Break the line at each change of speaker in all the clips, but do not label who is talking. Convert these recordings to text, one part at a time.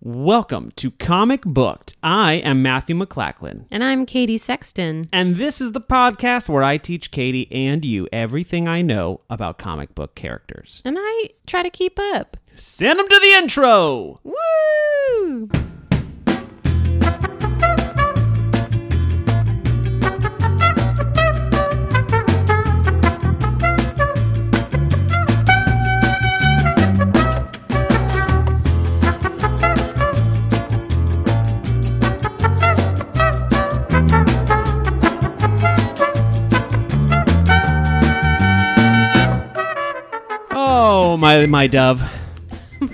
Welcome to Comic Booked. I am Matthew McLachlan.
And I'm Katie Sexton.
And this is the podcast where I teach Katie and you everything I know about comic book characters.
And I try to keep up.
Send them to the intro!
Woo!
Oh, my, my dove.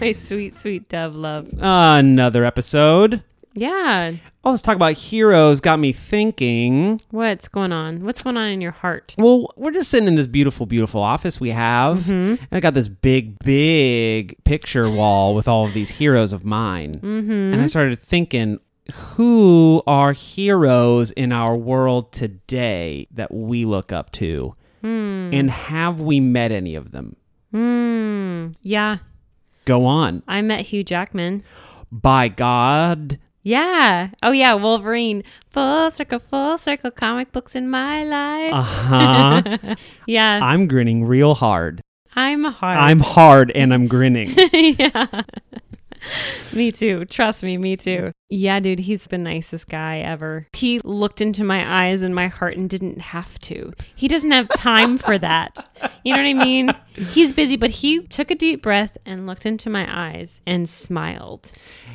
My sweet, sweet dove love.
Another episode.
Yeah.
All this talk about heroes got me thinking.
What's going on? What's going on in your heart?
Well, we're just sitting in this beautiful, beautiful office we have. And I got this big, big picture wall with all of these heroes of mine. Mm-hmm. And I started thinking, who are heroes in our world today that we look up to? And have we met any of them?
Hmm. Yeah.
Go on.
I met Hugh Jackman.
By God.
Yeah. Oh, yeah. Wolverine. Full circle, full circle. Comic books in my life.
Uh huh.
yeah.
I'm grinning real hard.
I'm a heart.
I'm hard and I'm grinning.
yeah. me too. Trust me, me too. Yeah, dude, he's the nicest guy ever. He looked into my eyes and my heart and didn't have to. He doesn't have time for that. You know what I mean? He's busy, but he took a deep breath and looked into my eyes and smiled.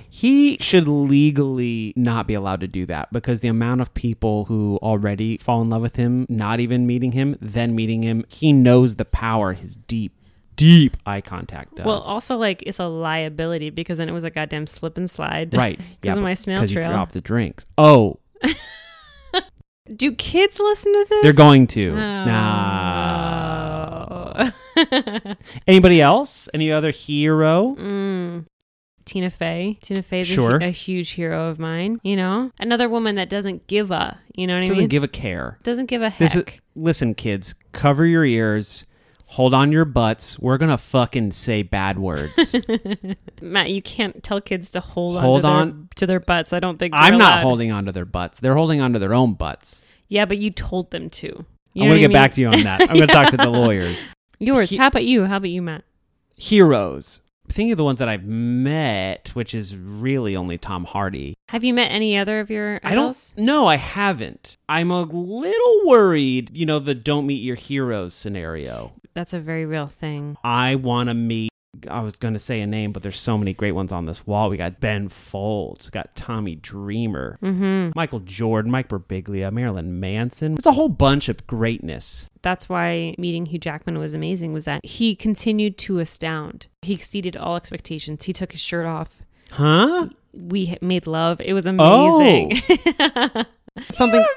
He should legally not be allowed to do that because the amount of people who already fall in love with him, not even meeting him, then meeting him, he knows the power his deep, deep eye contact does.
Well, also, like, it's a liability because then it was a goddamn slip and slide.
right.
Because of
but-
my snail
'cause
trail.
you drop the drinks. Oh,
Do kids listen to this?
they're going to.
Oh.
Nah.
Oh.
Anybody else? Any other hero?
Mm. Tina Fey. Tina Fey is
Sure.
a, hu- a huge hero of mine. You know, another woman that doesn't give a. You know what I
Doesn't
mean?
give a care.
doesn't give a heck.
This is listen, kids. Cover your ears. Hold on your butts. We're gonna fucking say bad words.
Matt, you can't tell kids to hold,
Hold
on, to,
on.
Their, to their butts. I don't think
I'm
they're
not
allowed.
holding onto their butts. They're holding onto their own butts.
Yeah, but you told them to. You
I'm
know what
gonna
I
get
mean?
back to you on that. I'm gonna talk to the lawyers.
Yours.
He-
How about you? How about you, Matt?
Heroes. Thinking of the ones that I've met, which is really only Tom Hardy.
Have you met any other of your
I don't.
idols?
No, I haven't. I'm a little worried. You know the don't meet your heroes scenario.
That's a very real thing.
I want to meet. I was going to say a name, but there's so many great ones on this wall. We got Ben Folds, got Tommy Dreamer,
hmm
Michael Jordan, Mike Birbiglia, Marilyn Manson. It's a whole bunch of greatness.
That's why meeting Hugh Jackman was amazing. Was that he continued to astound? He exceeded all expectations. He took his shirt off.
Huh?
we h- made love. It was
Oh.
amazing.
Something
Imagine.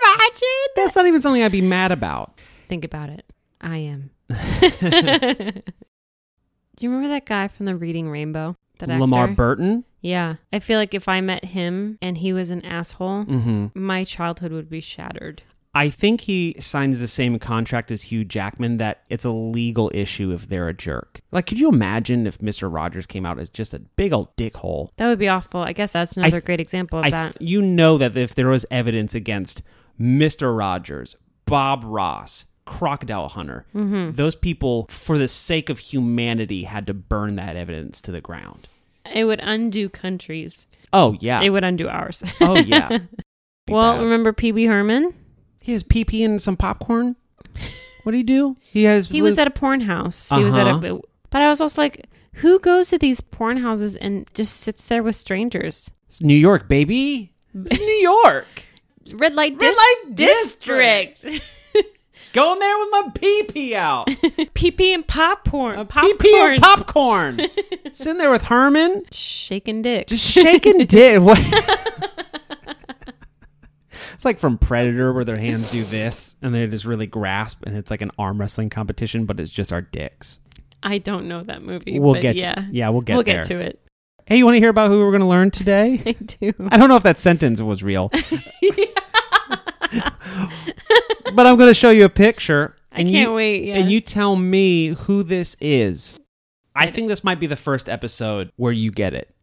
that's not even something I'd be mad about.
Think about it. I am. Do you remember that guy from the Reading Rainbow? That actor?
Lamar Burton?
Yeah. I feel like if I met him and he was an asshole,
Mm-hmm.
my childhood would be shattered.
I think he signs the same contract as Hugh Jackman that it's a legal issue if they're a jerk. Like, could you imagine if Mr. Rogers came out as just a big old dickhole?
That would be awful. I guess that's another
th-
great example of
I
that.
th- you know that if there was evidence against Mr. Rogers, Bob Ross, Crocodile Hunter,
Mm-hmm.
those people, for the sake of humanity, had to burn that evidence to the ground.
it would undo countries.
Oh yeah.
It would undo ours.
oh yeah. Be
well,
bad.
remember Pee Wee Herman?
he has PP and some popcorn. What do you do? He has.
He was at a porn house. He was at
Uh-huh.
a. But I was also like, who goes to these porn houses and just sits there with strangers?
It's New York, baby. It's New York.
Red light,
Red light district. Going there with my PP out.
pee pee and popcorn.
PP
popcorn.
Uh, and popcorn. Sitting there with Herman.
Shaking dick.
Just shaking dick. What? it's like from Predator where their hands do this and they just really grasp and it's like an arm wrestling competition, but it's just our dicks.
I don't know that movie.
We'll
but
get
yeah.
yeah. yeah, we'll get
we'll
there.
get to it.
Hey, you want to hear about who we're going to learn today?
I do.
I don't know if that sentence was real. but I'm going to show you a picture
I
and
can't
you
wait. Yeah.
and you tell me who this is. I think this might be the first episode where you get it.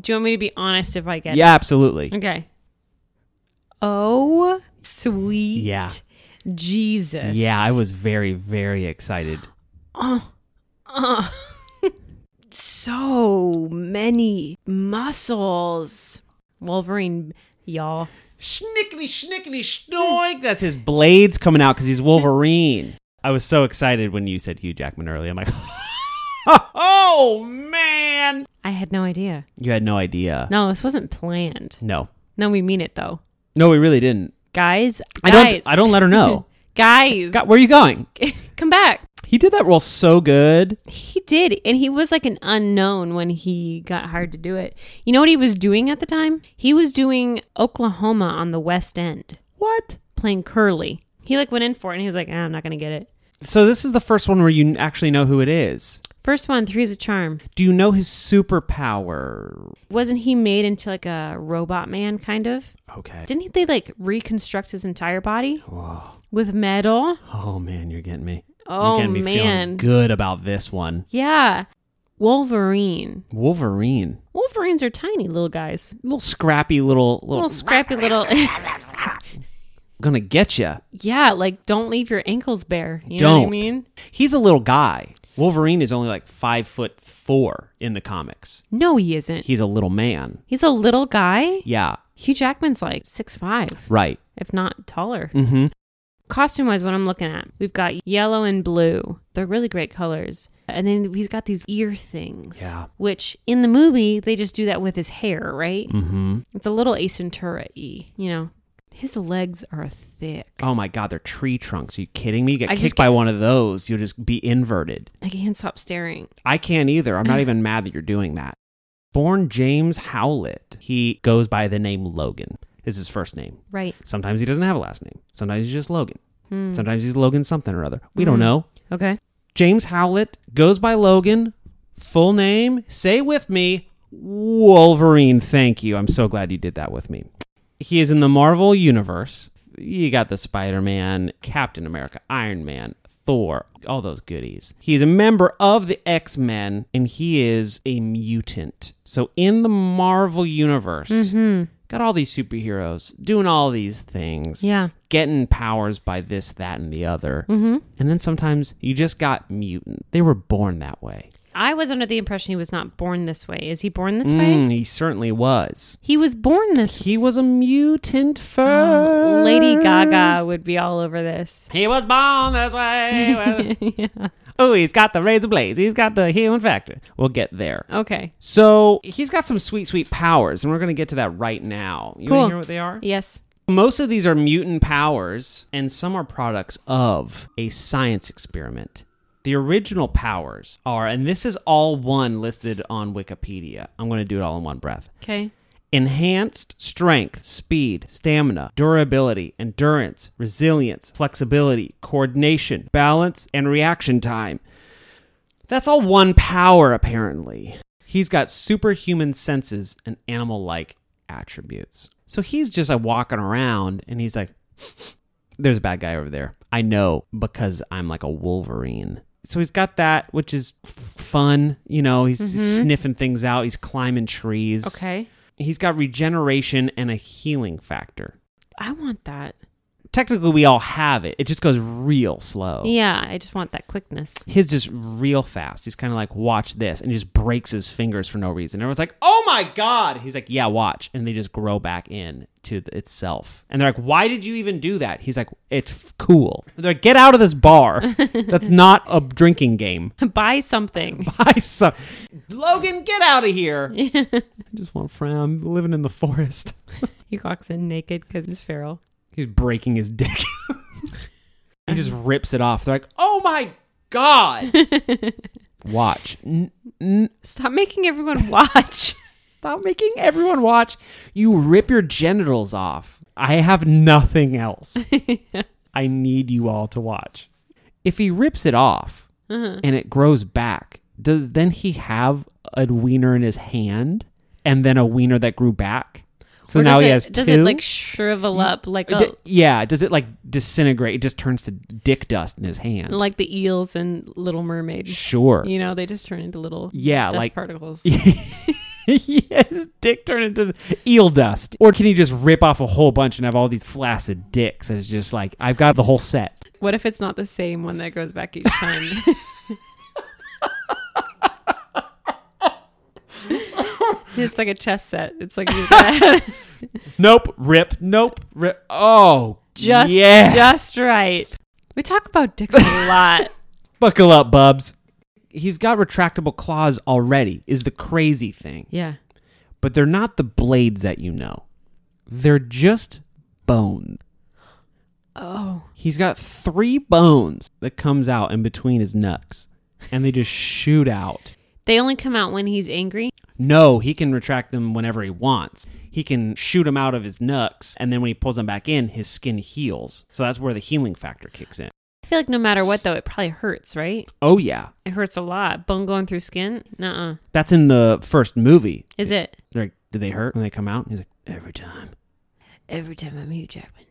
Do you want me to be honest if I get
Yeah, absolutely.
it? Okay. Oh, sweet
Yeah.
Jesus.
Yeah, I was very, very excited.
Uh, so many muscles. Wolverine, y'all.
Schnickety, schnickety, schnoik. That's his blades coming out because he's Wolverine. I was so excited when you said Hugh Jackman earlier. I'm like, oh, man.
I had no idea.
You had no idea.
No, this wasn't planned.
No.
No, we mean it though.
No, we really didn't.
Guys,
I
guys,
don't. I don't let her know.
guys,
God, where are you going?
come back.
He did that role so good.
He did, and he was like an unknown when he got hired to do it. You know what he was doing at the time? He was doing Oklahoma on the West End,
What?
playing Curly. He like went in for it, and he was like, ah, "I'm not gonna get it."
So this is the first one where you actually know who it is.
First one, three's a charm.
Do you know his superpower?
Wasn't he made into like a robot man kind of?
Okay.
Didn't they like reconstruct his entire body with metal?
Oh man, you're getting me.
Oh,
you're getting me
man.
feeling good about this one.
Yeah, Wolverine.
Wolverine,
Wolverines are tiny little guys,
little scrappy little little,
little scrappy little.
gonna get you.
yeah, like don't leave your ankles bare. You know what I
Don't.
mean?
He's a little guy. Wolverine is only like five foot four in the comics.
No, he isn't.
He's a little man.
He's a little guy.
Yeah,
Hugh Jackman's like six five,
right.
if not taller.
Mm-hmm.
Costume wise, what I'm looking at, we've got yellow and blue. They're really great colors. And then he's got these ear things.
Yeah.
Which in the movie they just do that with his hair, right?
Mm-hmm.
It's a little Ace Ventura y, you know. His legs are thick.
Oh my god, they're tree trunks. Are you kidding me? You get
I just
kicked by one of those, you'll just be inverted.
I can't stop staring.
I can't either. I'm not even mad that you're doing that. Born James Howlett, he goes by the name Logan. Is his first name.
Right.
Sometimes he doesn't have a last name. Sometimes he's just Logan.
Hmm.
Sometimes he's Logan something or other. We don't know.
Okay.
James Howlett goes by Logan. Full name, say with me, Wolverine. Thank you. I'm so glad you did that with me. He is in the Marvel Universe. You got the Spider Man, Captain America, Iron Man, Thor, all those goodies. He is a member of the X Men and he is a mutant. So in the Marvel Universe, got all these superheroes doing all these things
Yeah.
getting powers by this, that, and the other. Mm-hmm. And then sometimes you just got mutant. They were born that way.
I was under the impression he was not born this way. Is he born this way?
Mm, he certainly was.
He was born this
He was a mutant first.
way. Um, Lady Gaga would be all over this.
He was born this way. Oh, he's got the razor blades. He's got the human factor. We'll get there.
Okay.
So he's got some sweet, sweet powers, and we're going to get to that right now. You want
Cool.
to hear what they are?
Yes.
Most of these are mutant powers, and some are products of a science experiment. The original powers are, and this is all one listed on Wikipedia. I'm going to do it all in one breath
Okay.
enhanced strength, speed, stamina, durability, endurance, resilience, flexibility, coordination, balance, and reaction time. That's all one power, apparently. He's got superhuman senses and animal like attributes. So he's just like walking around and he's like, there's a bad guy over there. I know because I'm like a Wolverine. So he's got that, which is f- fun. You know, he's sniffing things out. He's climbing trees.
Okay.
He's got regeneration and a healing factor.
I want that.
Technically, we all have it. It just goes real slow.
Yeah, I just want that quickness.
His just real fast. He's kind of like, watch this, and he just breaks his fingers for no reason. Everyone's like, oh my god. He's like, yeah, watch, and they just grow back in to the, itself. And they're like, why did you even do that? He's like, it's f- cool. They're like, get out of this bar. That's not a drinking game.
Buy something.
I saw Logan, get out of here. I just want Fran I'm living in the forest.
He walks in naked because he's feral.
He's breaking his dick. he just rips it off. They're like, "Oh my god!" watch. N- n-
Stop making everyone watch.
stop making everyone watch. You rip your genitals off. I have nothing else. I need you all to watch. If he rips it off
Uh-huh.
and it grows back, does then he have a wiener in his hand and then a wiener that grew back? So
Or
now
does
he
it,
has
Does
two. uh,
it like shrivel up like
D-
a,
yeah, does it like disintegrate? It just turns to dick dust in his hand.
like the eels in Little Mermaid?
sure.
You know, they just turn into little
Yeah,
dust
like-
particles.
yeah, his dick turn into eel dust? Or can he just rip off a whole bunch and have all these flaccid dicks? And it's just like, I've got the whole set.
What if it's not the same one that goes back each time? it's like a chess set. It's like you gotta-
Nope, rip. Nope, rip. Oh,
just
yes.
just right. We talk about dicks a lot.
buckle up, Bubs. He's got retractable claws already. Is the crazy thing,
yeah.
but they're not the blades that you know. They're just bone.
Oh.
He's got three bones that comes out in between his knucks, and they just shoot out.
They only come out when he's angry.
No, he can retract them whenever he wants. He can shoot them out of his knucks, and then when he pulls them back in, his skin heals. So that's where the healing factor kicks in.
I feel like no matter what though, it probably hurts, right?
Oh yeah,
It hurts a lot. Bone going through skin? Nuh uh.
that's in the first movie.
Is it?
They're like, do they hurt when they come out? And he's like, every time.
Every time I'm Hugh Jackman.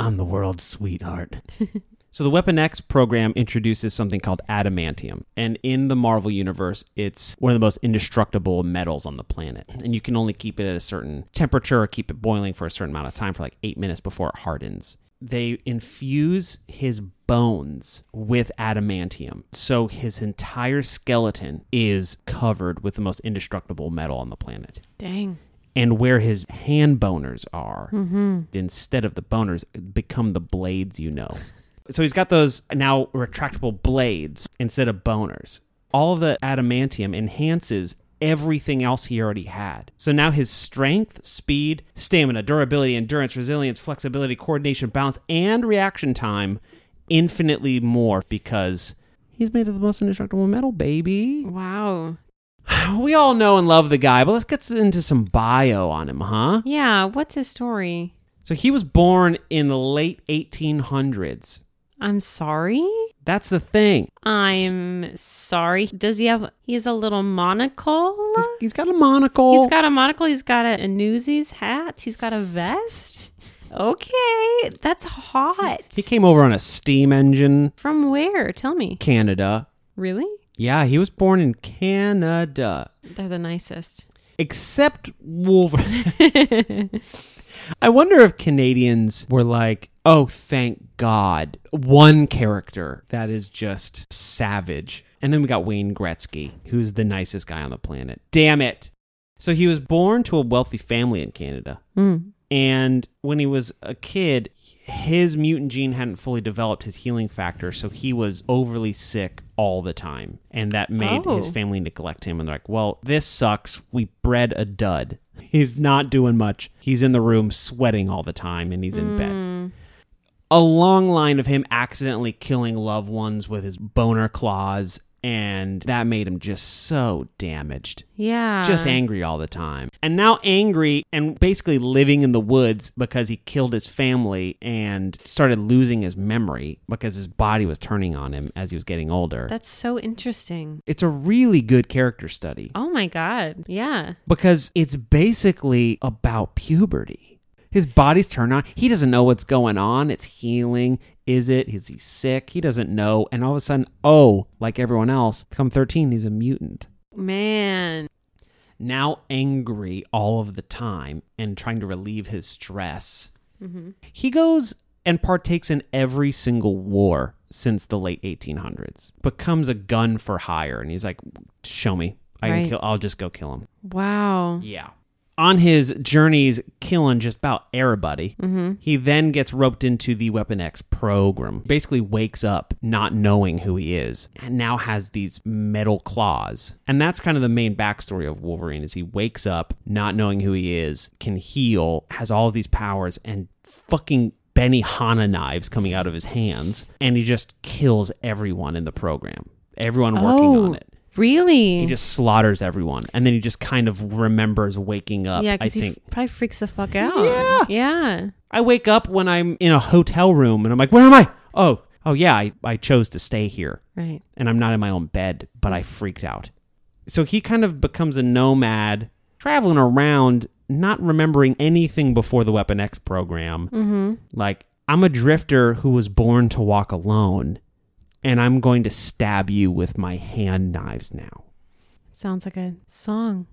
I'm the world's sweetheart. so the Weapon X program introduces something called adamantium, and in the Marvel universe, it's one of the most indestructible metals on the planet, and you can only keep it at a certain temperature or keep it boiling for a certain amount of time for like 8 minutes before it hardens. They infuse his bones with adamantium. So his entire skeleton is covered with the most indestructible metal on the planet
Dang.
and where his hand boners are instead of the boners become the blades you know so he's got those now retractable blades instead of boners all of the adamantium enhances everything else he already had so now his strength speed stamina durability endurance resilience flexibility coordination balance and reaction time infinitely more because he's made of the most indestructible metal baby
Wow.
we all know and love the guy, but let's get into some bio on him, huh?
Yeah, what's his story?
So he was born in the late 1800s.
I'm sorry?
That's the thing.
I'm sorry. Does he have he has a little monocle?
He's- he's got a monocle.
He's got a monocle, he's got a, a newsies hat, he's got a vest. Okay. That's hot.
he came over on a steam engine,
From where? Tell me.
Canada.
Really?
Yeah, he was born in Canada.
They're the nicest.
Except Wolverine. I wonder if Canadians were like, oh, thank God, one character that is just savage. And then we got Wayne Gretzky, who's the nicest guy on the planet. Damn it. So he was born to a wealthy family in Canada. And when he was a kid, his mutant gene hadn't fully developed his healing factor, so he was overly sick all the time. And that made
Oh.
his family neglect him. And they're like, well, this sucks. We bred a dud. He's not doing much. He's in the room sweating all the time and he's in bed. A long line of him accidentally killing loved ones with his boner claws, and that made him just so damaged
Yeah.
just angry all the time. And now angry and basically living in the woods because he killed his family and started losing his memory because his body was turning on him as he was getting older.
That's so interesting.
it's a really good character study
Oh my god. Yeah.
because it's basically about puberty. His body's turned on. He doesn't know what's going on. It's healing. Is it? Is he sick? He doesn't know. And all of a sudden, oh, like everyone else, come 13, he's a mutant.
Man.
now angry all of the time and trying to relieve his stress, he goes and partakes in every single war since the late 1800s. Becomes a gun for hire, and he's like, "Show me, I
Right.
can kill. I'll just go kill him."
Wow.
Yeah. On his journeys, killing just about everybody, he then gets roped into the Weapon X program. Basically, wakes up not knowing who he is, and now has these metal claws. And that's kind of the main backstory of Wolverine: is he wakes up not knowing who he is, can heal, has all these powers, and fucking Benny Hanna knives coming out of his hands, and he just kills everyone in the program. Everyone working
oh,
on it.
Really?
He just slaughters everyone, and then he just kind of remembers waking up.
yeah,
I
because he
think
f- probably freaks the fuck out. Yeah. Yeah.
I wake up when I'm in a hotel room, and I'm like, "Where am I? Oh, oh yeah, I, I chose to stay here,
Right.
and I'm not in my own bed, but I freaked out." So he kind of becomes a nomad, traveling around, not remembering anything before the Weapon X program. Mm-hmm. Like I'm a drifter who was born to walk alone, and I'm going to stab you with my hand knives now.
Sounds like a song.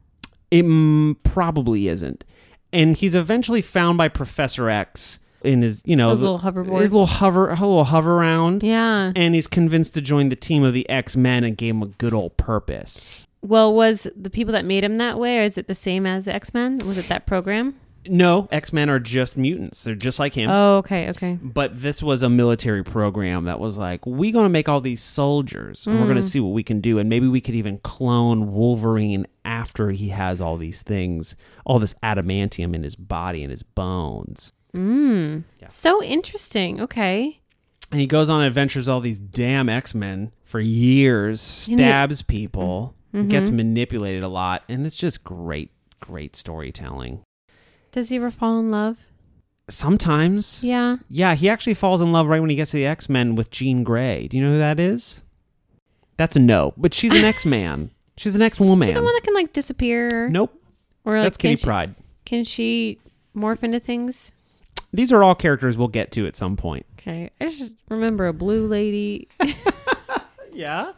It mm, probably isn't. And he's eventually found by Professor X in his, you know,
His
the-
little hoverboard.
his little hover, his little hover around.
Yeah.
And he's convinced to join the team of the X Men and gave him a good old purpose.
Well, was the people that made him that way, or is it the same as X Men? Was it that program?
No, X Men are just mutants. They're just like him.
Oh, okay, okay.
but this was a military program that was like we're going to make all these soldiers and we're
Mm.
going to see what we can do and maybe we could even clone wolverine after he has all these things all this adamantium in his body and his bones
Mm. So interesting. Okay.
and he goes on adventures with all these damn x-men for years
And he-
stabs people
Mm-hmm.
gets manipulated a lot and it's just great great storytelling
Does he ever fall in love?
sometimes
Yeah.
Yeah, he actually falls in love right when he gets to the X Men with Jean Grey. Do you know who that is? That's a no, but she's an X Man. She's an X
Is she the
Woman.
one that can like disappear?
Nope,
Or like
that's
can
Kitty
she,
Pride.
Can she morph into things?
These are all characters we'll get to at some point.
Okay. I just remember a blue lady.
Yeah,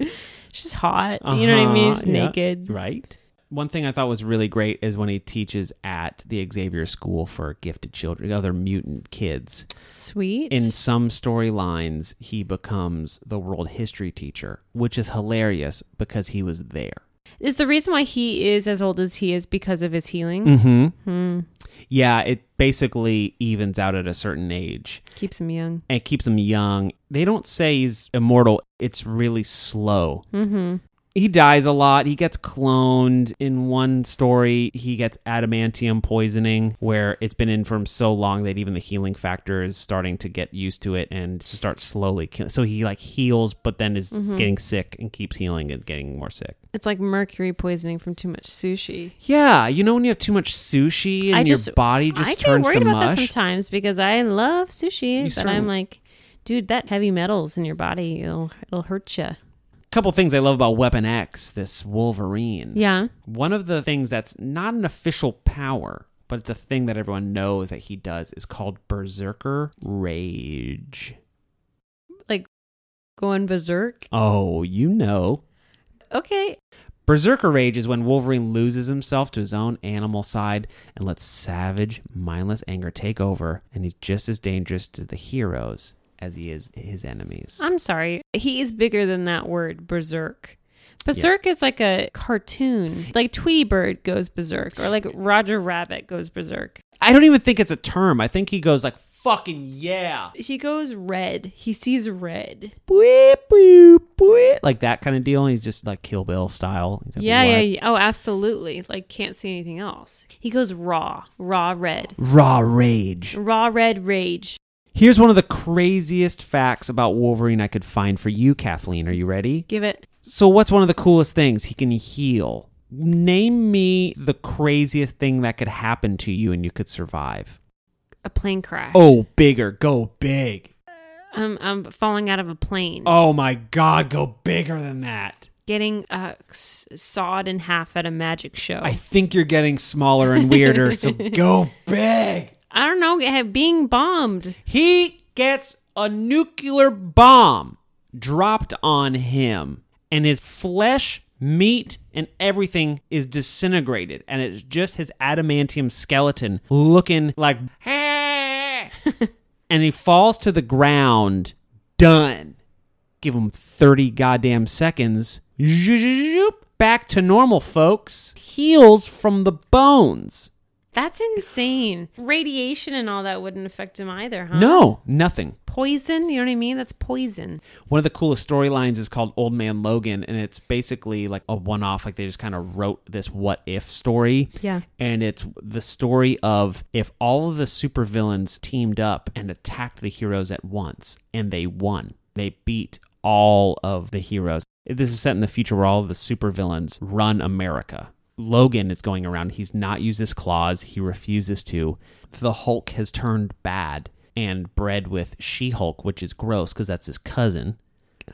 She's hot. You know what I mean?
Uh-huh,
She's
yeah.
naked.
right. One thing I thought was really great is when he teaches at the Xavier School for Gifted Children, other mutant kids.
Sweet.
in some storylines he becomes the world history teacher, which is hilarious because he was there.
is the reason why he is as old as he is because of his healing?
hmm Yeah, it basically evens out at a certain age
Keeps him young.
and keeps him young. They don't say he's immortal, it's really slow.
Mm-hmm.
He dies a lot. He gets cloned. In one story, he gets adamantium poisoning, where it's been in for him so long that even the healing factor is starting to get used to it and to start slowly killing. So he like heals, but then is getting sick and keeps healing and getting more sick.
It's like mercury poisoning from too much sushi.
Yeah, you know when you have too much sushi and
I
your
just-
body just
I get
turns
worried
to
about
mush.
that sometimes because I love sushi,
You
but
certainly-
I'm like, dude, that heavy metals in your body, it'll, it'll hurt you.
couple things I love about Weapon X, this Wolverine.
Yeah.
One of the things that's not an official power, but it's a thing that everyone knows that he does is called Berserker Rage.
Going berserk.
Oh, you know.
Okay.
Berserker Rage is when Wolverine loses himself to his own animal side and lets savage, mindless anger take over, and he's just as dangerous to the heroes as he is his enemies.
I'm sorry. He is bigger than that word, berserk. Berserk is like a cartoon. Like Tweety Bird goes berserk, or like Roger Rabbit goes berserk.
I don't even think it's a term. I think he goes like, fucking yeah.
He goes red. He sees red.
boop, boop, boop, like that kind of deal. And he's just like Kill Bill style. He's like,
Yeah, yeah,
"What?"
yeah. Oh, absolutely. Like, can't see anything else. He goes raw, raw red,
Raw rage.
raw red rage.
Here's one of the craziest facts about Wolverine I could find for you, Kathleen. Are you ready?
Give it.
So, what's one of the coolest things? He can heal. Name me the craziest thing that could happen to you and you could survive.
a plane crash.
Oh, bigger. Go big.
I'm, I'm falling out of a plane,
Oh my God, go bigger than that.
getting uh, s- sawed in half at a magic show.
I think you're getting smaller and weirder, so go big.
I don't know, eh, being bombed.
He gets a nuclear bomb dropped on him, and his flesh, meat, and everything is disintegrated. And it's just his adamantium skeleton looking like, and he falls to the ground. Done. Give him 30 goddamn seconds. Zhup. Back to normal, folks. Heals from the bones.
That's insane. Radiation and all that wouldn't affect him either, huh?
No, nothing.
Poison, you know what I mean? That's poison.
One of the coolest storylines is called Old Man Logan, and it's basically like a one off. Like they just kind of wrote this what if story.
Yeah.
And it's the story of if all of the supervillains teamed up and attacked the heroes at once, and they won, they beat all of the heroes. This is set in the future where all of the supervillains run America. Logan is going around. He's not used this clause. He refuses to. The Hulk has turned bad and bred with She Hulk, which is gross because that's his cousin.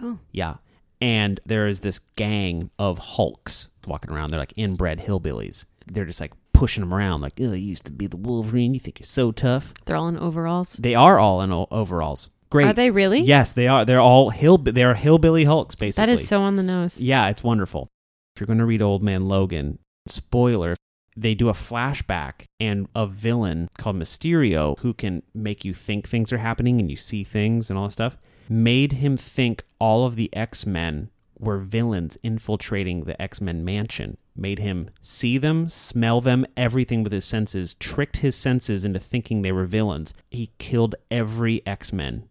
Oh.
Yeah. And there is this gang of Hulks walking around. They're like inbred hillbillies. They're just like pushing them around, like, oh, you used to be the Wolverine. You think you're so tough.
They're all in overalls.
They are all in o- overalls. Great.
Are they really?
Yes, they are. They're all hill. They are hillbilly Hulks, basically.
That is so on the nose.
Yeah, it's wonderful. If you're going to read Old Man Logan, spoiler, they do a flashback and a villain called Mysterio who can make you think things are happening and you see things and all that stuff made him think all of the X-Men were villains infiltrating the X-Men mansion. Made him see them, smell them, everything with his senses, tricked his senses into thinking they were villains. He killed every X-Men.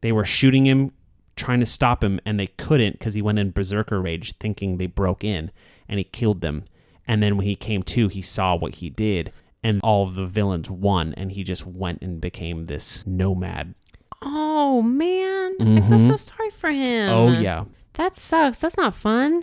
they were shooting him, trying to stop him, and they couldn't because he went in berserker rage, thinking they broke in, and he killed them. And then when he came to, he saw what he did, and all of the villains won, and he just went and became this nomad.
Oh man, I feel so sorry for him.
Mm-hmm. Oh yeah,
that sucks. That's not fun.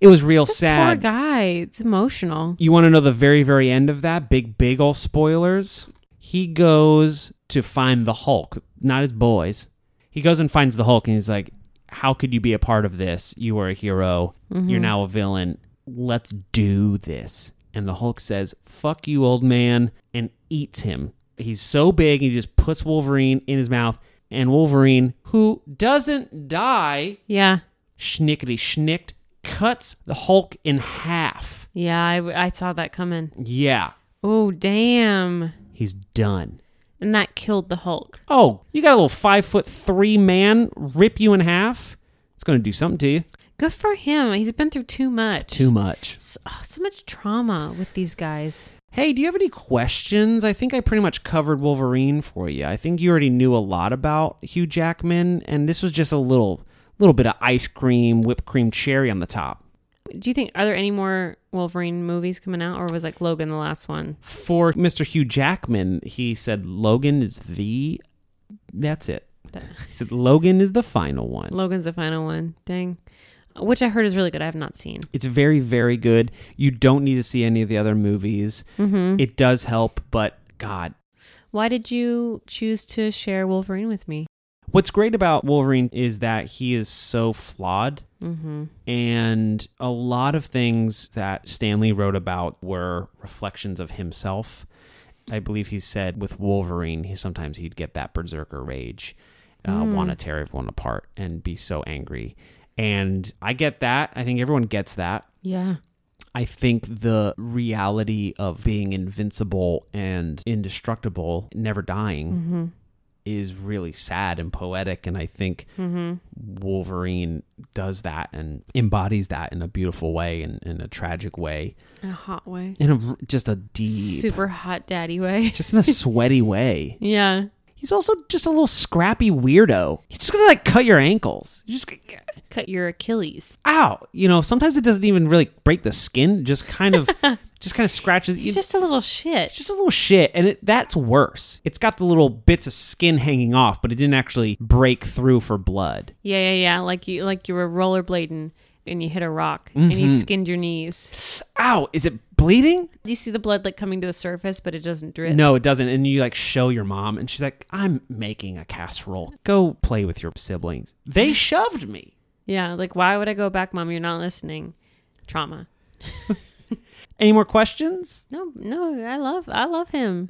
it was real
This
sad.
poor guy. It's emotional.
You want to know the very, very end of that? Big, big ol' spoilers. He goes to find the Hulk, not his boys. He goes and finds the Hulk, and he's like, How could you be a part of this? You were a hero. You're now a villain. Let's do this. And the Hulk says, Fuck you, old man, and eats him. He's so big, he just puts Wolverine in his mouth. And Wolverine, who doesn't die,
Yeah,
schnickety schnicked, cuts the Hulk in half.
yeah. I, I saw that coming.
Yeah.
Oh damn!
He's done.
And that killed the Hulk.
Oh, you got a little five foot three man rip you in half? It's going to do something to you.
Good for him. He's been through too much.
much.
So, oh, so much trauma with these guys.
Hey, do you have any questions? I think I pretty much covered Wolverine for you. I think you already knew a lot about Hugh Jackman, and this was just a little little bit of ice cream, whipped cream, cherry on the top.
Do you think are there any more Wolverine movies coming out, or was like Logan the last one?
For Mr. Hugh Jackman, he said Logan is the. That's it. He said Logan is the final one.
Logan's the final one. Dang, which I heard is really good. I have not seen.
It's very, very good. You don't need to see any of the other movies. It does help, but God.
Why did you choose to share Wolverine with me?
What's great about Wolverine is that he is so flawed.
Mm-hmm.
And a lot of things that Stanley wrote about were reflections of himself. I believe he said with Wolverine, he sometimes he'd get that berserker rage, uh, want to tear everyone apart and be so angry. And I get that. I think everyone gets that.
Yeah.
I think the reality of being invincible and indestructible, never dying, is really sad and poetic. And I think Wolverine does that and embodies that in a beautiful way and in a tragic way,
In a hot way.
in a r- just a deep,
Super hot daddy way.
just in a sweaty way.
yeah.
He's also just a little scrappy weirdo. He's just gonna like cut your ankles. You're just gonna-
Cut your Achilles.
ow. You know, sometimes it doesn't even really break the skin. It Just kind of, just kind of scratches.
He's just a little shit.
It's just a little shit, and it, that's worse. It's got the little bits of skin hanging off, but it didn't actually break through for blood.
yeah, yeah, yeah. Like you, like you were rollerblading and you hit a rock and you skinned your knees.
Ow, is it bleeding?
You see the blood like coming to the surface, but it doesn't drip.
No, it doesn't. And you like show your mom, and she's like, I'm making a casserole. Go play with your siblings. They shoved me.
Yeah. Like why would I go back, mom? You're not listening. Trauma.
Any more questions?
No, no. I love, I love him.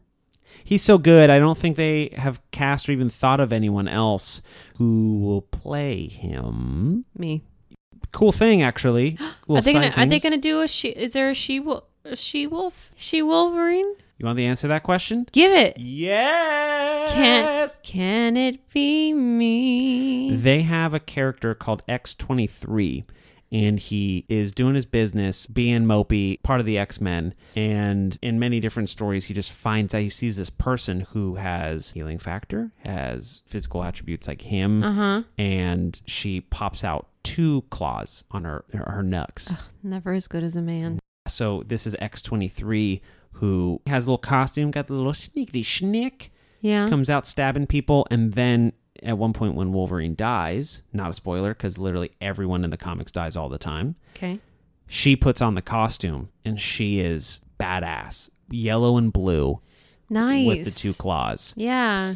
He's so good. I don't think they have cast or even thought of anyone else who will play him.
Me.
Cool thing, actually. Little
Are they gonna?
side
Are they
things.
gonna do a she? Is there a she? wo- A she wolf? She Wolverine?
You want the answer to that question?
Give it.
Yes.
Can can it be me?
They have a character called X23, and he is doing his business, being mopey, part of the X Men. And in many different stories, he just finds out he sees this person who has healing factor, has physical attributes like him,
Uh-huh.
and she pops out two claws on her her, her nucks.
Never as good as a man.
So this is X23 who has a little costume, got the little sneaky schnick
Yeah.
comes out stabbing people and then at one point when wolverine dies not a spoiler because literally everyone in the comics dies all the time
Okay.
she puts on the costume and she is badass yellow and blue
Nice.
with the two claws
Yeah.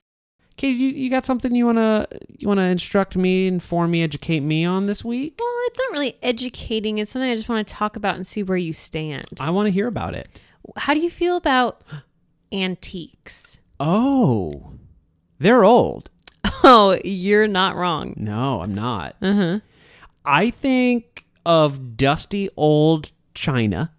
okay you, you got something you want to you want to instruct me inform me educate me on this week
Well, it's not really educating. It's something I just want to talk about and see where you stand.
i want to hear about it
How do you feel about antiques?
oh they're old
Oh, you're not wrong.
no i'm not
Uh huh.
i think of dusty old china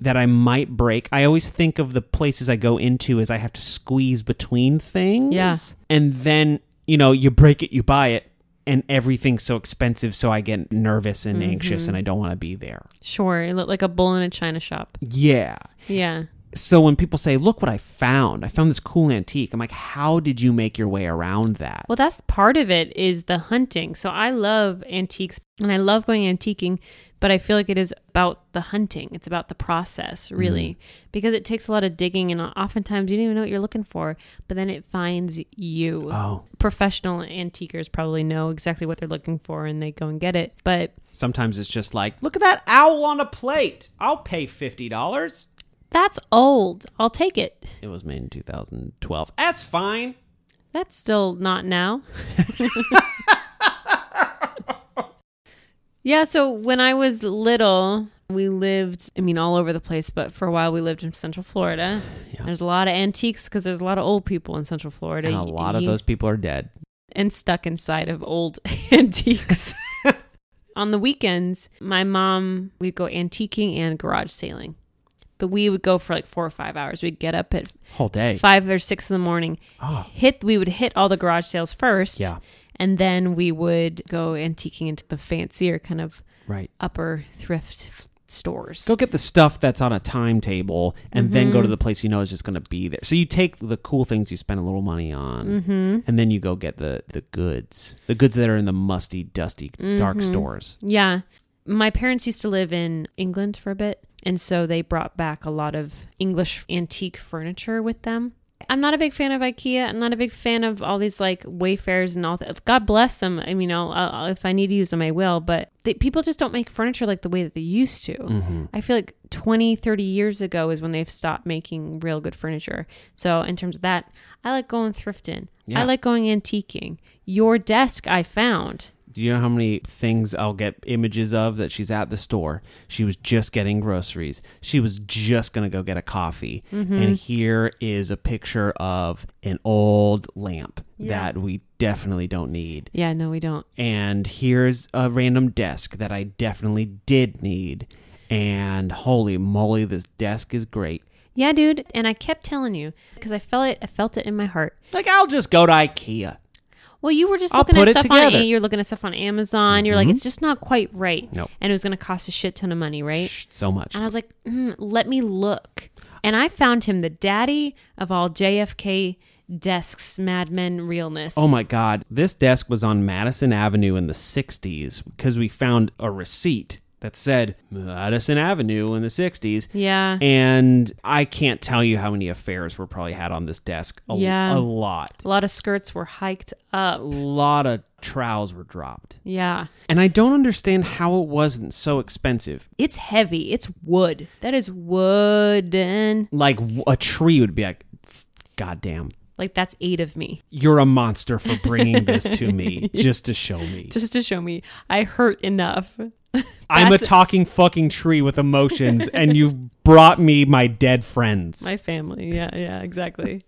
that I might break. I always think of the places I go into as I have to squeeze between things.
Yeah.
And then, you know, you break it, you buy it, and everything's so expensive. So I get nervous and anxious and I don't want to be there.
Sure, it looked like a bull in a china shop.
Yeah.
Yeah.
So when people say, look what I found, I found this cool antique, I'm like, how did you make your way around that?
Well, that's part of it is the hunting. So I love antiques and I love going antiquing, but I feel like it is about the hunting. It's about the process, really, because it takes a lot of digging and oftentimes you don't even know what you're looking for, but then it finds you.
Oh,
Professional antiquers probably know exactly what they're looking for and they go and get it. But
sometimes it's just like, look at that owl on a plate. I'll pay $50.
that's old. I'll take it.
It was made in 2012. That's fine.
That's still not now. yeah, so when I was little, we lived, I mean, all over the place, but for a while we lived in Central Florida. There's a lot of antiques because there's a lot of old people in Central Florida.
And a lot of
You-
those people are dead.
and stuck inside of old antiques. On the weekends, my mom, we'd go antiquing and garage sailing. But we would go for like four or five hours. We'd get up at
Whole day. Oh,
five or six in the morning. Hit we would hit all the garage sales first.
Yeah.
And then we would go antiquing into the fancier kind of
Right.
upper thrift f- stores.
Go get the stuff that's on a timetable and then go to the place you know is just going to be there. So you take the cool things you spend a little money on and then you go get the, the goods. The goods that are in the musty, dusty, dark stores.
Yeah. My parents used to live in England for a bit, and so they brought back a lot of English antique furniture with them. I'm not a big fan of IKEA. I'm not a big fan of all these like Wayfarers and all that. God bless them. I mean, I'll, I'll, if I need to use them, I will. But they, people just don't make furniture like the way that they used to. I feel like 20, 30 years ago is when they've stopped making real good furniture. So, in terms of that, I like going thrifting.
Yeah.
I like going antiquing. Your desk, I found.
Do you know how many things I'll get images of that she's at the store? She was just getting groceries. She was just going to go get a coffee. And here is a picture of an old lamp that we definitely don't need.
Yeah, no, we don't.
And here's a random desk that I definitely did need. And holy moly, this desk is great.
Yeah, dude. And I kept telling you because I felt it. I felt it in my heart.
Like, I'll just go to IKEA.
Well, you were just
I'll
looking
put
at
it
stuff on.
together. Mm-hmm.
You're looking at stuff on Amazon. You're like, it's just not quite right.
Nope.
And it was going to cost a shit ton of money, right?
Shh, So much.
And I was like, mm, let me look. And I found him the daddy of all JFK desks, madmen realness.
Oh my God. This desk was on Madison Avenue in the 60s because we found a receipt that said Madison Avenue in the 60s.
yeah.
And I can't tell you how many affairs were probably had on this desk. A,
Yeah.
a lot.
a lot of skirts were hiked
A
up.
lot of trowels were dropped.
Yeah.
And I don't understand how it wasn't so expensive.
It's heavy. It's wood. That is wooden.
Like w- a tree would be like, "F- God damn,
Like, that's eight of me.
you're a monster for bringing this to me just to show me.
Just to show me I hurt enough.
I'm a
That's-
talking fucking tree with emotions, and you've brought me my dead friends.
My family. Yeah, yeah, exactly.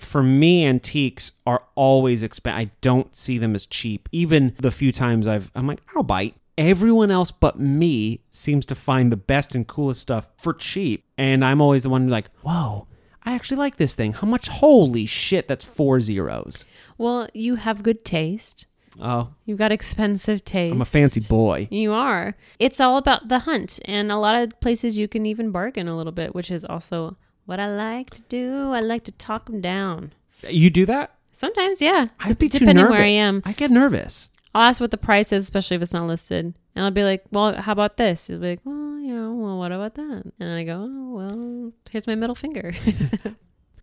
For me, antiques are always expensive. I don't see them as cheap. Even the few times I've, I'm like, I'll bite. Everyone else but me seems to find the best and coolest stuff for cheap, and I'm always the one like, whoa. I actually like this thing. How much? Holy shit, that's four zeros.
Well, you have good taste.
Oh,
You've got expensive taste.
I'm a fancy boy.
You are. It's all about the hunt, and a lot of places you can even bargain a little bit, which is also what I like to do. I like to talk them down.
You do that?
Sometimes, yeah.
I'd be too
depending
nervous.
where I am.
I get nervous.
I'll ask what the price is, especially if it's not listed. And I'll be like, well, how about this? He'll be like, well, you know, well, what about that? And I go, oh, well, here's my middle finger.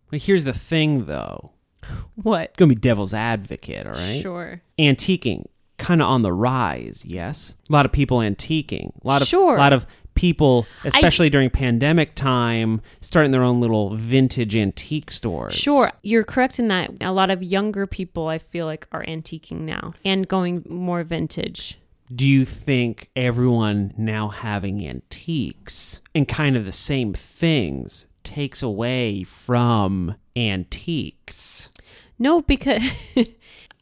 But here's the thing, though.
what?
Gonna be devil's advocate, all right?
Sure.
Antiquing kind of on the rise. Yes, a lot of people antiquing. A lot of
Sure.
a lot of people, especially during pandemic time, starting their own little vintage antique stores.
Sure, you're correct in that a lot of younger people I feel like are antiquing now and going more vintage.
Do you think everyone now having antiques and kind of the same things takes away from antiques?
No, because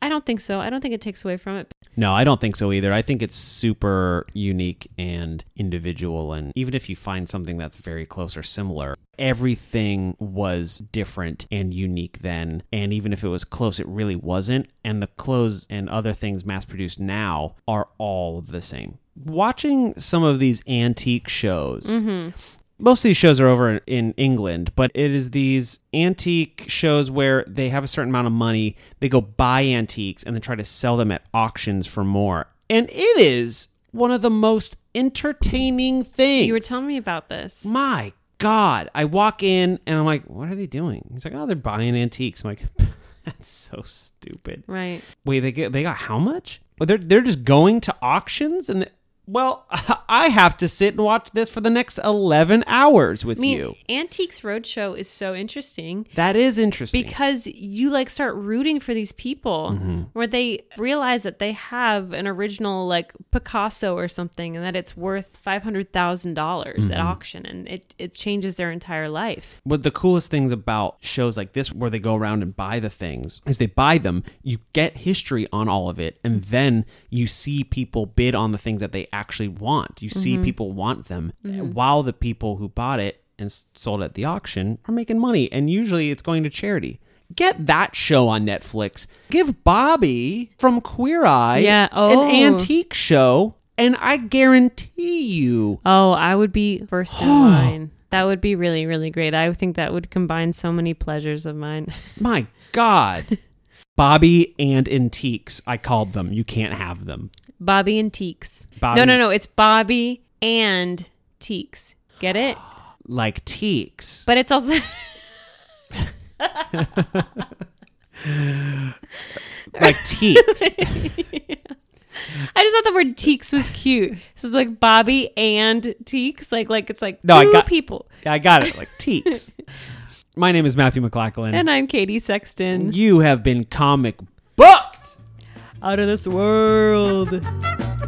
I don't think so. I don't think it takes away from it.
No, I don't think so either. I think it's super unique and individual. And even if you find something that's very close or similar, everything was different and unique then. And even if it was close, it really wasn't. And the clothes and other things mass produced now are all the same. Watching some of these antique shows, most of these shows are over in, in England, but it is these antique shows where they have a certain amount of money. They go buy antiques and then try to sell them at auctions for more. And it is one of the most entertaining things.
You were telling me about this.
My God. I walk in and I'm like, what are they doing? He's like, oh, they're buying antiques. I'm like, that's so stupid.
Right.
Wait, they get they got how much? Well, they're they're just going to auctions and. well, I have to sit and watch this for the next 11 hours with
I mean,
you.
Antiques Roadshow is so interesting
That is interesting.
because you like start rooting for these people where they realize that they have an original like Picasso or something and that it's worth $500,000 dollars at auction and it, it changes their entire life.
What the coolest things about shows like this, where they go around and buy the things, is they buy them, you get history on all of it, and then you see people bid on the things that they actually want. You
Mm-hmm.
see people want them while the people who bought it and s- sold at the auction are making money, and usually it's going to charity. Get that show on Netflix. Give Bobby from Queer Eye
Yeah, oh.
an antique show, and I guarantee you
Oh, I would be first in line. That would be really, really great. I think that would combine so many pleasures of mine.
My God. Bobby and antiques, I called them. You can't have them.
Bobby and Teeks.
Bobby-
No, no, no. It's Bobby and Teeks. Get it?
Like teaks.
But it's also
Like teaks.
I just thought the word teeks was cute. This is like Bobby and teeks, like like it's like
No, I
two
got-
people.
I got it. Like teaks. My name is Matthew McLachlan.
And I'm Katie Sexton.
You have been comic booked.
Out of this world.